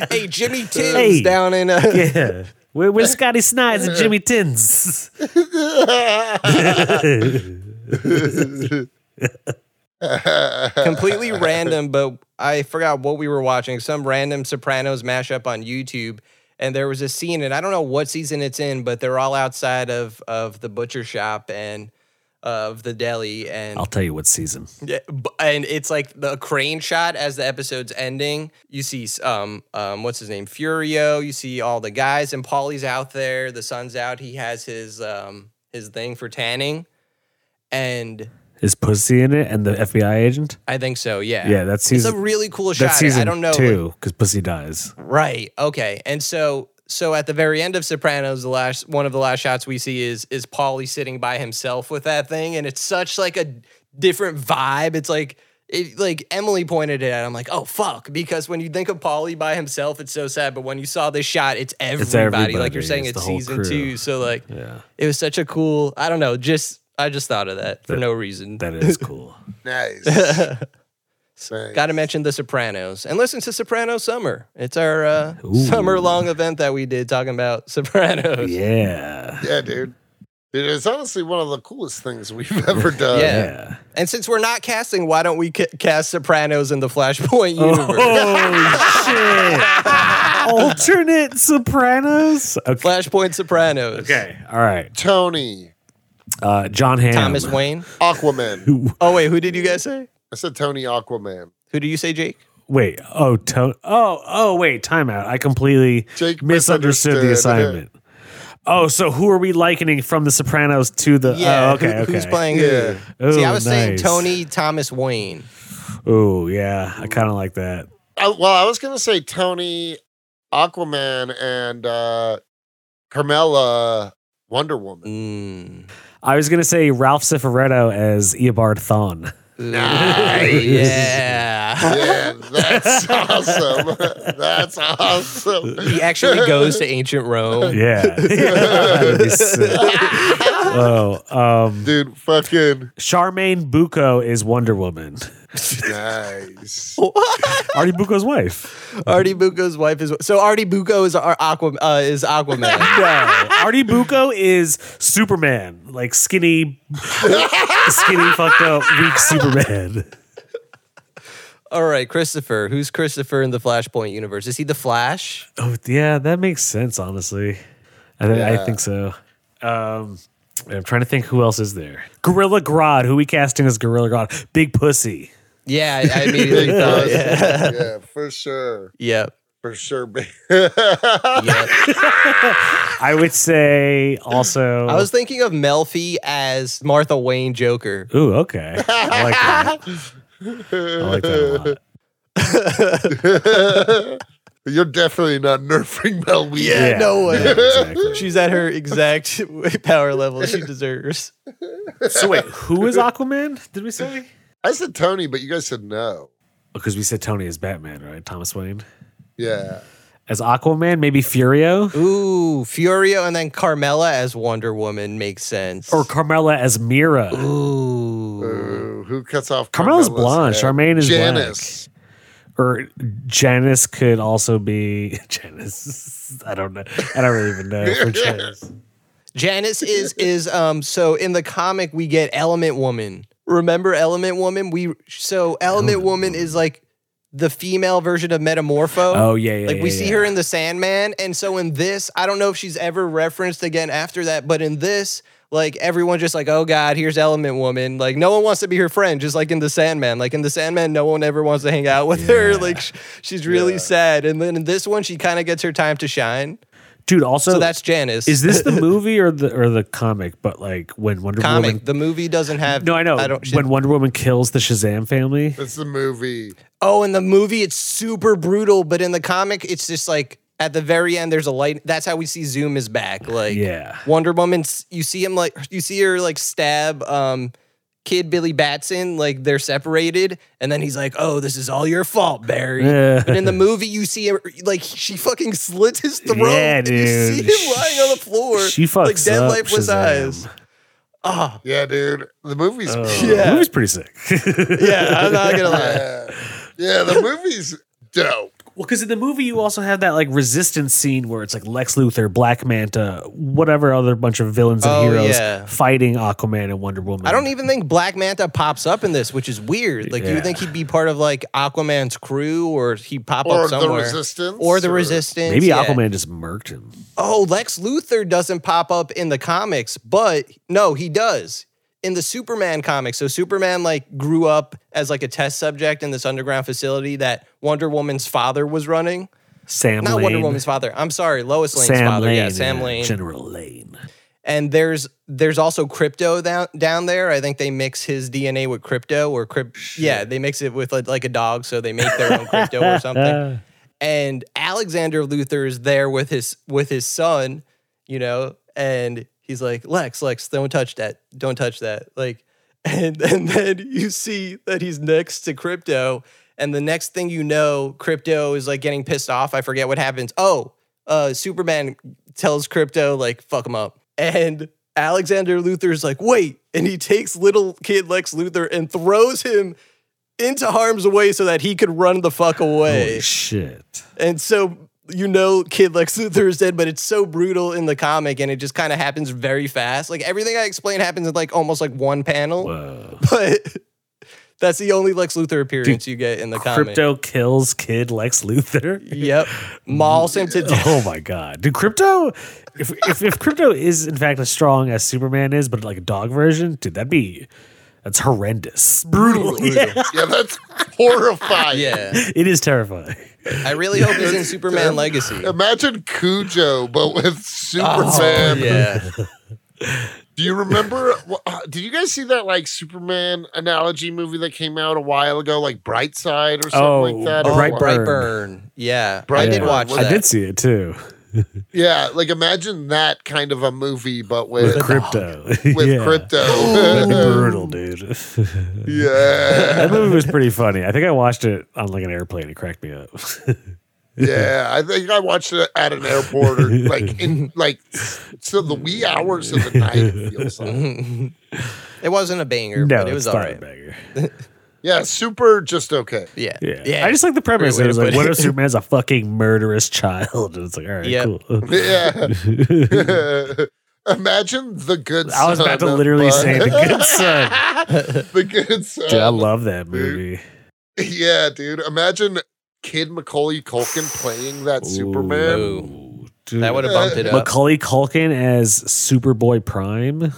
hey, Jimmy Tins
Hey.
down in uh,
Yeah. Where, where's Scotty Snides and Jimmy Tins?
completely random, but I forgot what we were watching. Some random Sopranos mashup on YouTube, and there was a scene, and I don't know what season it's in, but they're all outside of of the butcher shop and of the deli, and
I'll tell you what season.
yeah, b- and it's like the crane shot as the episode's ending. You see, s- um, um, what's his name, Furio. You see all the guys, and Paulie's out there. The sun's out. He has his um his thing for tanning, and
Is Pussy in it and the FBI agent?
I think so. Yeah,
Yeah, that's
It's a
season-
really cool shot.
That's season
I don't know. like,
two because Pussy dies.
Right. Okay. And so so at the very end of Sopranos, the last one of the last shots we see is is Paulie sitting by himself with that thing, and it's such like a different vibe. It's like it, like Emily pointed it out. I'm like, oh fuck, because when you think of Paulie by himself, it's so sad. But when you saw this shot, it's everybody. Like
everybody.
you're saying,
It's
it's,
the whole
season
crew.
two. So like,
Yeah,
it was such a cool. I don't know. Just I just thought of that for
That-
no reason.
that
(laughs)
is cool.
nice. nice.
Got to mention The Sopranos and listen to Soprano Summer. It's our uh,
Ooh.
summer long event that we did talking about Sopranos. Yeah.
yeah.
yeah, dude. Dude, it's honestly one of the coolest things we've (laughs) ever done.
Yeah.
Yeah.
And since we're not casting, why don't we ca- cast Sopranos in the Flashpoint universe? (laughs)
Oh shit! Alternate Sopranos. Okay.
Flashpoint Sopranos.
All right.
Tony,
Uh, John Hamm.
Thomas Wayne.
Aquaman.
Oh wait, who did you guys say?
I said Tony Aquaman.
Who do you say, Jake?
Wait. Oh. To- oh. Oh. Wait. Timeout. I completely
Jake
misunderstood the
misunderstood.
assignment. Oh, so who are we likening from The Sopranos to the? oh, okay.
who-
okay.
Who's playing?
Yeah.
Who? See, I
Ooh,
was saying
nice.
Tony Thomas Wayne.
Oh, yeah. I kind of like that.
I, Uh, well, I was gonna say Tony Aquaman and uh Carmela Wonder Woman.
Mm.
I was gonna say Ralph Cifaretto as Eobard Thawne.
Nice.
(laughs) Yeah.
(laughs)
Yeah,
(laughs)
that's awesome. That's awesome.
He actually goes to ancient (laughs) Rome.
Yeah. (laughs) That'd be sick. oh, um,
Dude, fucking
Charmaine Bucco is Wonder Woman.
nice.
Artie Bucco's wife.
Artie Bucco's wife is so Artie Bucco is our Aqua uh, is
(laughs)
Aquaman.
No, Artie Bucco is Superman, like skinny, skinny, fucked up, weak Superman.
All right, Christopher. Who's Christopher in the Flashpoint universe? Is he the Flash?
Oh, yeah, that makes sense. Honestly, I, th- I think so. Um, I'm trying to think who else is there. Gorilla Grodd. Who we casting as Gorilla Grodd? Big Pussy.
Yeah, I, I immediately (laughs)
Big
thought.
dogs.
Yeah.
yeah, for sure.
Yep.
For sure.
Yep.
I would say also.
I was thinking of Melfi as Martha Wayne Joker.
Ooh, okay. I like that. I like that a lot.
(laughs) You're definitely not nerfing Melweed.
(laughs) Yeah, no way.
exactly.
She's at her exact (laughs) power level she deserves.
So wait, who is Aquaman? Did we say?
I said Tony, but you guys said no.
Because we said Tony is Batman, right? Thomas Wayne
Yeah.
as Aquaman, maybe Furio
Ooh, Furio and then Carmela as Wonder Woman makes sense.
or Carmela as Mira.
Ooh.
Ooh, who cuts off
Carmela's blonde.
Carmela's head?
Charmaine is
Janice.
or Janice could also be (laughs) Janice. I don't know. I don't really even know
(laughs)
for Janice.
Janice is is um so in the comic we get Element Woman. Remember Element Woman? We so Element,
Element
Woman is like the female version of Metamorpho.
Oh yeah, yeah.
Like we
yeah,
see
yeah.
her in the Sandman, and so in this, I don't know if she's ever referenced again after that, but in this, like everyone just like, oh god, here's Element Woman. Like no one wants to be her friend, just like in the Sandman. Like in the Sandman, no one ever wants to hang out with her.
Yeah.
Like sh- she's really
Yeah.
sad, and then in this one, she kind of gets her time to shine.
dude. Also,
So, that's Janice.
is
(laughs)
this the movie or the or the comic? But like when Wonder
comic?
Woman.
The movie doesn't have.
No, I know.
I don't. she-
when Wonder Woman kills the Shazam family,
That's the movie.
oh, in the movie, it's super brutal, but in the comic, it's just like. At the very end, there's a light. That's how we see Zoom is back. Like,
yeah,
Wonder Woman, s- you see him like you see her like stab um kid Billy Batson, like they're separated, and then he's like, "Oh, this is all your
(laughs)
fault, Barry."
Yeah.
But in the movie, you see her like she fucking slits his throat,
Yeah,
and (laughs) you see
dude.
him lying on the floor,
she fucks
like dead
up
lifeless
Shazam.
eyes. Ah,
Yeah, dude. The movie's (laughs)
Oh,
Yeah.
the movie's pretty sick. (laughs)
yeah, I'm not gonna lie. (laughs)
yeah. yeah, the movie's dope.
Well, because in the movie you also have that like resistance scene where it's like Lex Luthor, Black Manta, whatever other bunch of villains and
Oh,
heroes
yeah.
fighting Aquaman and Wonder Woman.
I don't even think Black Manta pops up in this, which is weird. Like you
Yeah.
would think he'd be part of like Aquaman's crew, or he'd pop
Or
up
the
somewhere,
resistance.
or the Resistance.
Maybe
yeah.
Aquaman just murked him.
Oh, Lex Luthor doesn't pop up in the comics, but no, he does in the Superman comics. So Superman like grew up as like a test subject in this underground facility that Wonder Woman's father was running.
Sam
Not
Lane.
Wonder Woman's father. I'm sorry, Lois Lane's
Sam
father.
Lane.
yeah, Sam Lane.
General Lane.
and there's there's also Crypto down down there. I think they mix his DNA with Crypto or Crypt. Yeah, they mix it with like, like a dog, so they make their own Crypto (laughs)
(laughs)
or something
Uh,
and Alexander Luther is there with his with his son, you know, and he's like, Lex, Lex, don't touch that, don't touch that, like, (laughs) and and then you see that he's next to Crypto, and the next thing you know, Crypto is like getting pissed off. I forget what happens. Oh, uh, Superman tells Crypto like, fuck him up, and. Alexander Luther's like, wait. And he takes little kid Lex Luthor and throws him into harm's way so that he could run the fuck away.
holy shit.
And so you know Kid Lex Luthor is dead, but it's so brutal in the comic and it just kind of happens very fast. Like everything I explain happens in like almost like one panel,
Whoa.
but that's the only Lex Luthor appearance you get in the comic.
Crypto kills kid Lex Luthor. (laughs)
Yep. Mauls him to death.
Oh my god. Dude, crypto if, if if crypto is in fact as strong as Superman is, but like a dog version, dude, that'd be that's horrendous. Brutal. Oh, (laughs) Yeah.
Yeah, that's horrifying.
Yeah.
It is terrifying.
I really hope he's in Superman Legacy.
Imagine Cujo, but with Superman.
Oh, yeah.
Do you remember? wh- uh, Did you guys see that like Superman analogy movie that came out a while ago, like Brightside or something
Oh,
like that?
Oh,
Or
Brightburn.
what-
Brightburn. Yeah. I did
Brightburn.
watch
Was
that.
I did see it too.
Yeah, like imagine that kind of a movie, but with
With crypto.
with
(laughs) Yeah. (laughs) That'd be
crypto.
brutal, dude.
yeah,
that movie was pretty funny. I think I watched it on like an airplane. It cracked me up. (laughs)
yeah. I think I watched it at an airport, or like in like so the wee hours of the night. It feels like.
(laughs) It wasn't a banger,
no,
but it was
it's
all
not
right.
a banger.
Yeah, super, just okay.
Yeah.
Yeah. I just like the premise.
way
It
to
was
put
like, what
it. (laughs)
if Superman's a fucking murderous child? (laughs) And it's like, all right,
Yep.
cool. (laughs)
Yeah. (laughs) Imagine the good.
I was about
son
to
of
literally
Bud.
say the good son.
(laughs) the good son.
Dude, I love that movie.
Yeah, dude. Imagine Kid Macaulay Culkin playing that Superman.
Ooh.
Dude.
That
(laughs)
would have bumped it up.
Macaulay Culkin as Superboy
(laughs)
Prime.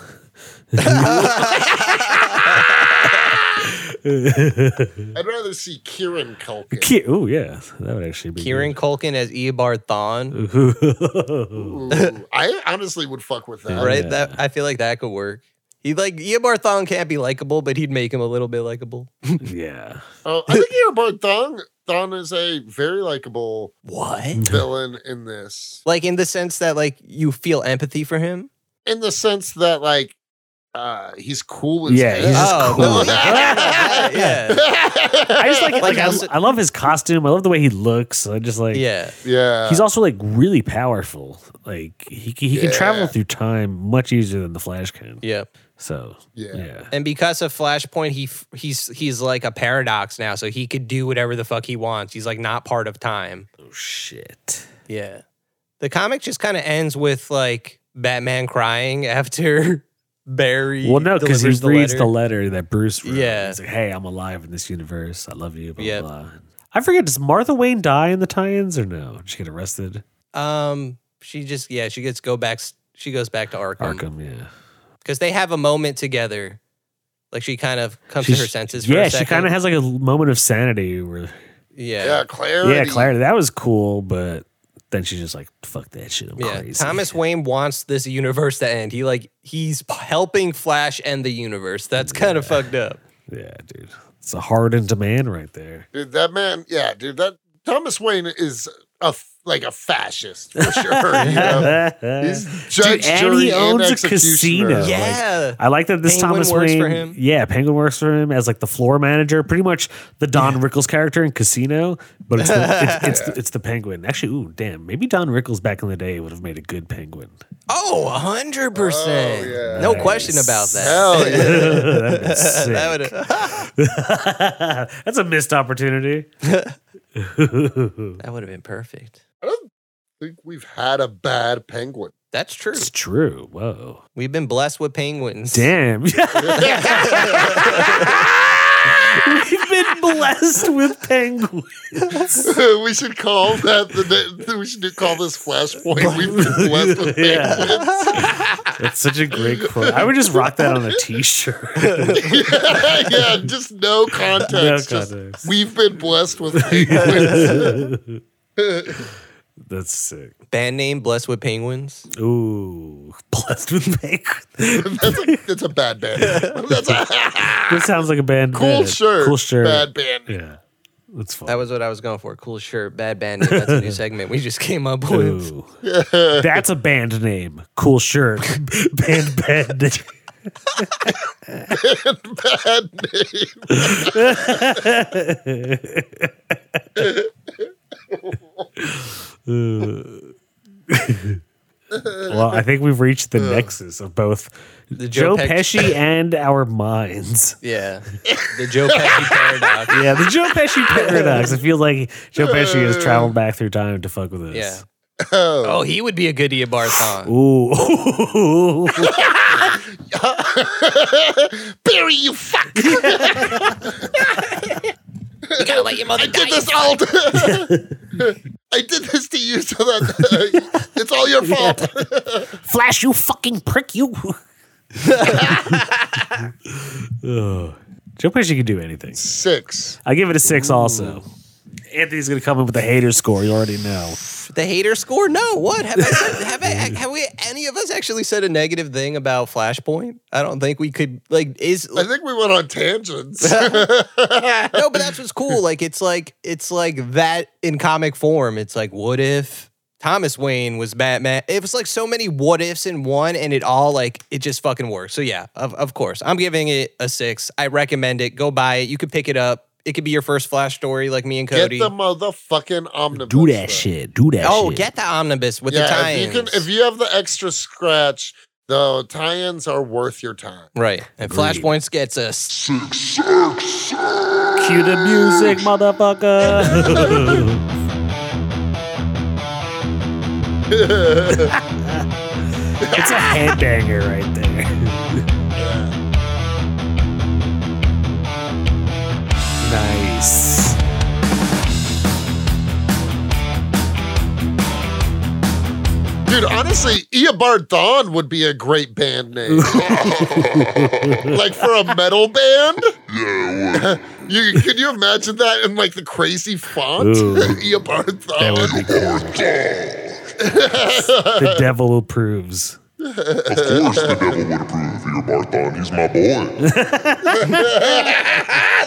I'd rather see Kieran Culkin.
Ki- Ooh, yeah. That would actually be
Kieran Culkin as Eobard Thawne.
Ooh.
Ooh, I honestly would fuck with that.
right?
Yeah.
That I feel like that could work. He like Eobard Thawne can't be likable, but he'd make him a little bit likable.
(laughs) yeah.
Oh, I think Eobard Thawne, Thon is a very
(laughs)
likable
What?
Mm.
villain in this,
Like in the sense that like you feel empathy for him?
in the sense that like uh he's cool as
Yeah, he's
hell.
just
Oh,
cool.
no, (laughs) yeah, yeah,
(laughs)
I just like,
Like
like,
I
I,
was-
I love his costume. I love the way he looks. I just (laughs) like
yeah.
yeah.
he's also like really powerful. Like he he can
Yeah.
travel through time much easier than the Flash can.
Yeah.
So
yeah.
yeah.
And because of Flashpoint, he f- he's he's like a paradox now, so he could do whatever the fuck he wants. He's like not part of time.
Oh shit.
Yeah. The comic just kind of ends with like Batman crying after (laughs) Barry.
Well, no, because
because
he reads the letter that Bruce wrote.
Yeah.
He's like, hey, I'm alive in this universe. I love you. Blah,
Yep.
blah. I forget, does Martha Wayne die in the tie ins or no? Did she get arrested?
um, she just yeah, she gets go back. She goes back to Arkham
Arkham, yeah.
because they have a moment together. Like she kind of comes to
She's-
her senses. For
Yeah,
a
she
second.
kind of has like a moment of sanity where,
Yeah.
Yeah, Clarity.
yeah, Claire, that was cool, but then she's just like, fuck that shit. I'm
Yeah,
crazy.
Thomas Wayne wants this universe to end. He like he's p- helping Flash end the universe. That's kind of fucked up.
Yeah, dude. It's a hard in demand right there.
Dude, that man, yeah, dude, that Thomas Wayne is a like a fascist for sure.
(laughs)
you know? He's judge,
Dude, and
jury,
he
and
owns a
executioner.
casino. Yeah.
Yeah,
I like that this
Penguin
Thomas
works
Wayne,
for him.
yeah, Penguin works for him as like the floor manager, pretty much the Don Rickles character in Casino, but it's the, it's,
(laughs)
it's, the, it's the Penguin. Actually, ooh, damn, maybe Don Rickles back in the day would have made a good
(laughs)
Penguin. (laughs)
Oh, a hundred
Oh,
percent.
yeah.
No
Nice.
question about that.
Hell
(laughs)
(laughs)
yeah.
That'd been sick.
that would
(laughs) That's a missed
(laughs)
opportunity.
that would have been perfect.
I don't think we've had a bad penguin. (laughs)
That's true.
It's true. Whoa,
We've been blessed with penguins.
damn. (laughs) We've been blessed with penguins.
(laughs) we should call that the na- we should do- call this
(laughs)
flashpoint. We've been blessed with
Yeah.
penguins. (laughs)
That's such a great quote. I would just rock that on a t-shirt. (laughs)
yeah, yeah, just no context.
No
just,
context.
we've been blessed with
(laughs)
penguins.
That's sick.
Band name blessed with penguins.
Ooh, (laughs) blessed with penguins.
that's, a, that's a bad
(laughs)
band. That's a (laughs)
This sounds like a band.
cool
band.
shirt.
Cool shirt.
Bad band.
Yeah, that's fun.
That was what I was going for. Cool shirt, bad band name. That's a new segment we just came up with.
Ooh. That's a band name. Cool (laughs) shirt. band band. name.
(laughs) bad name. (laughs)
Well, I think we've reached the nexus of both
Joe
Joe,
Pesci-
Pesci and our minds.
Yeah, the Joe Pesci paradox.
(laughs) Yeah, the Joe Pesci paradox. I feel like Joe Pesci has traveled back through time to fuck with us.
Yeah.
Oh,
Oh, he would be a good Eobard song.
Ooh. (laughs)
Barry, you
(laughs)
fuck!
You gotta let your mother
I did this all.
(laughs)
(laughs) I did this to you, so that uh, it's all your fault. (laughs)
Flash, you fucking prick, you. oh. Joe Pesci can do anything.
Six.
I give it a six also. Anthony's going to come in with a hater score. You already know.
The hater score? No. What have I said? Have I? Have we? Any of us actually said a negative thing about Flashpoint? I don't think we could. Like, is
I think we went on tangents.
no, but that's what's cool. Like, it's like it's like that in comic form. It's like, what if Thomas Wayne was Batman? It was like so many what ifs in one, and it all like it just fucking works. So yeah, of of course, I'm giving it a six. I recommend it. Go buy it. You could pick it up. It could be your first Flash story, like me and
Get
Cody.
the motherfucking omnibus.
Do that
though.
shit. Do that
oh,
shit.
get the omnibus with the
Yeah, if
tie-ins.
you can, if you have the extra scratch, the tie-ins are worth your time.
Right. And Flashpoints gets us.
Cue the music,
(laughs)
motherfucker. it's a headbanger right there. nice.
Dude, honestly, Eobard Dawn would be a great band name. (laughs) like for a metal band? (laughs) you, can you imagine that in like the crazy font?
Ooh.
(laughs) Eobard Dawn.
The devil approves.
Of course the devil would approve. You're Barthon, he's my boy.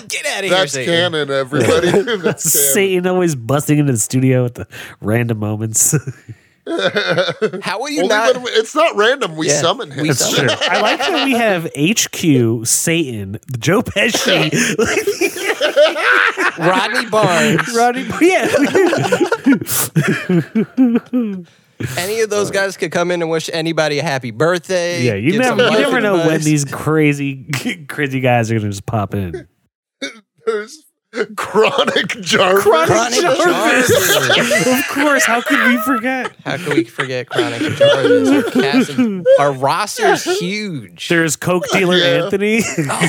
Get out of here,
That's
Satan.
canon, everybody.
(laughs)
That's canon.
Satan always busting into the studio at the random moments. (laughs)
How will you
Only
not?
when we- it's not random. We
Yeah,
summon him.
we
It's
summon
Sure. I like that we have HQ, Satan, Joe Pesci,
(laughs)
Rodney Barnes.
Roddy.
(laughs)
Yeah,
Any of those guys could come in and wish anybody a happy birthday.
yeah. You
give some
never, you
life
never know when
advice.
these crazy, (laughs) crazy guys are gonna just pop in.
(laughs) There's chronic Jarvis. (laughs)
Chronic Jarvis.
of course. How could we forget?
How can we forget Chronic Jarvis? Our, cast
(laughs)
is- our roster's huge.
There's Coke dealer
Yeah.
Anthony. (laughs)
Oh yeah,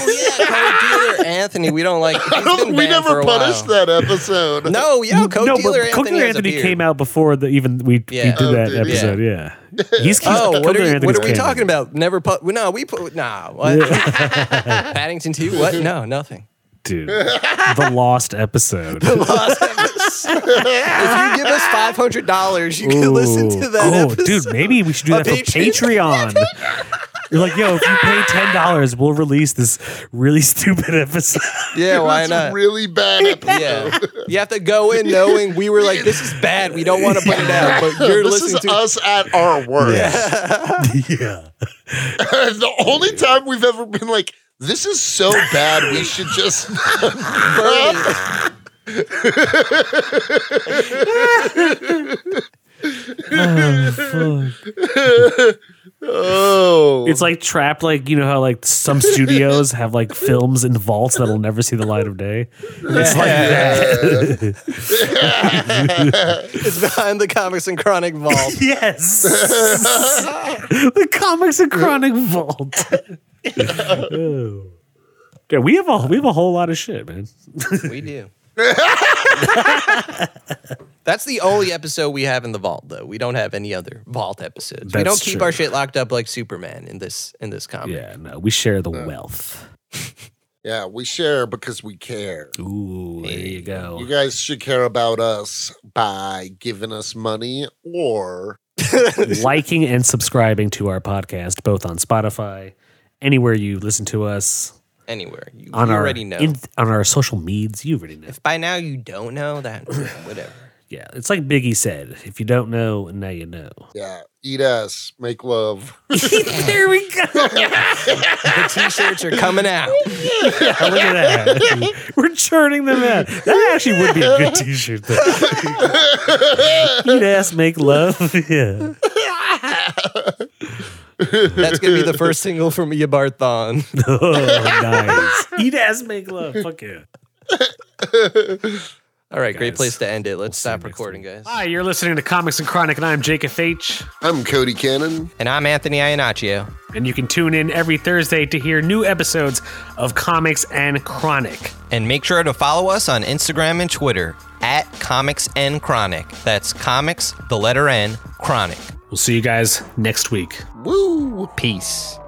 Coke dealer Anthony. (laughs) We don't like.
I
he's
don't-
been
we
banned for
never
a
punished
while.
that episode.
(laughs) No, yeah, Coke
no,
dealer
but
Anthony,
Coke dealer
has a
Anthony
beard.
came out before the even we,
Yeah.
we did
Oh,
that
did he?
episode. Yeah, he's, he's
Oh,
Coke
what
dealer
are, you,
Anthony's
what are we
canon.
talking about? Never put. No, we put. Nah, what? (laughs) Paddington Two? What? No, (laughs) nothing.
dude? The lost episode.
Lost episode. if you give us five hundred dollars,
(laughs)
you can listen
Ooh.
to that
Oh,
episode.
dude, maybe we should do
on
that for
Patreon.
Patreon. (laughs) You're like, yo, if you pay ten dollars, we'll release this really (laughs) stupid episode.
Yeah, why
It's
not?
really
(laughs)
bad episode.
(laughs)
yeah, you have to go in knowing we were like, this is bad. We don't want to put it out,
(laughs)
but you're
this is
listening to.
us at our worst.
yeah,
(laughs) the only time we've ever been like, this is so bad, we should just. (laughs)
burn it.
oh,
it's like trapped. Like you know how like some studios have like films in vaults that'll never see the light of day. It's like that.
It's behind the comics and
(laughs)
chronic vault.
(laughs) yes, the comics and chronic vault. (laughs) Oh. Yeah, we have a we have a whole lot of shit, man.
we
(laughs)
do. That's the only episode we have in the vault, though. We don't have any other vault episodes. we
That's
don't keep
true.
our shit locked up like Superman in this in this comic.
Yeah, no, we share the wealth.
yeah, we share because we care.
Ooh, there you go.
You guys should care about us by giving us money or
(laughs)
liking and subscribing to our podcast, both on Spotify, anywhere you listen to us,
Anywhere you,
on
you
our
already know.
in- on our social medias. You already know.
By now you don't know that. Whatever.
Yeah, it's like Biggie said: if you don't know, now you
(laughs)
know. (laughs)
yeah, eat us, make love.
there we go.
The T-shirts are coming out.
Oh, look at that. (laughs) We're churning them out. That actually would be a good T-shirt.
(laughs)
Though. Eat ass, make love. (laughs) Yeah.
That's gonna be the first single
(laughs)
from Yabarthon.
Oh, nice. Eat ass, make love. Fuck yeah.
All right, great
Guys,
place to end it. Let's stop
you next
recording, guys.
Hi, you're listening to Comics and Chronic, and I'm Jake FH.
I'm Cody Cannon.
And I'm Anthony Iannaccio.
And you can tune in every Thursday to hear new episodes of Comics and Chronic.
And make sure to follow us on Instagram and Twitter at Comics and Chronic. That's Comics, the letter N, Chronic.
We'll see you guys next week.
Woo.
Peace.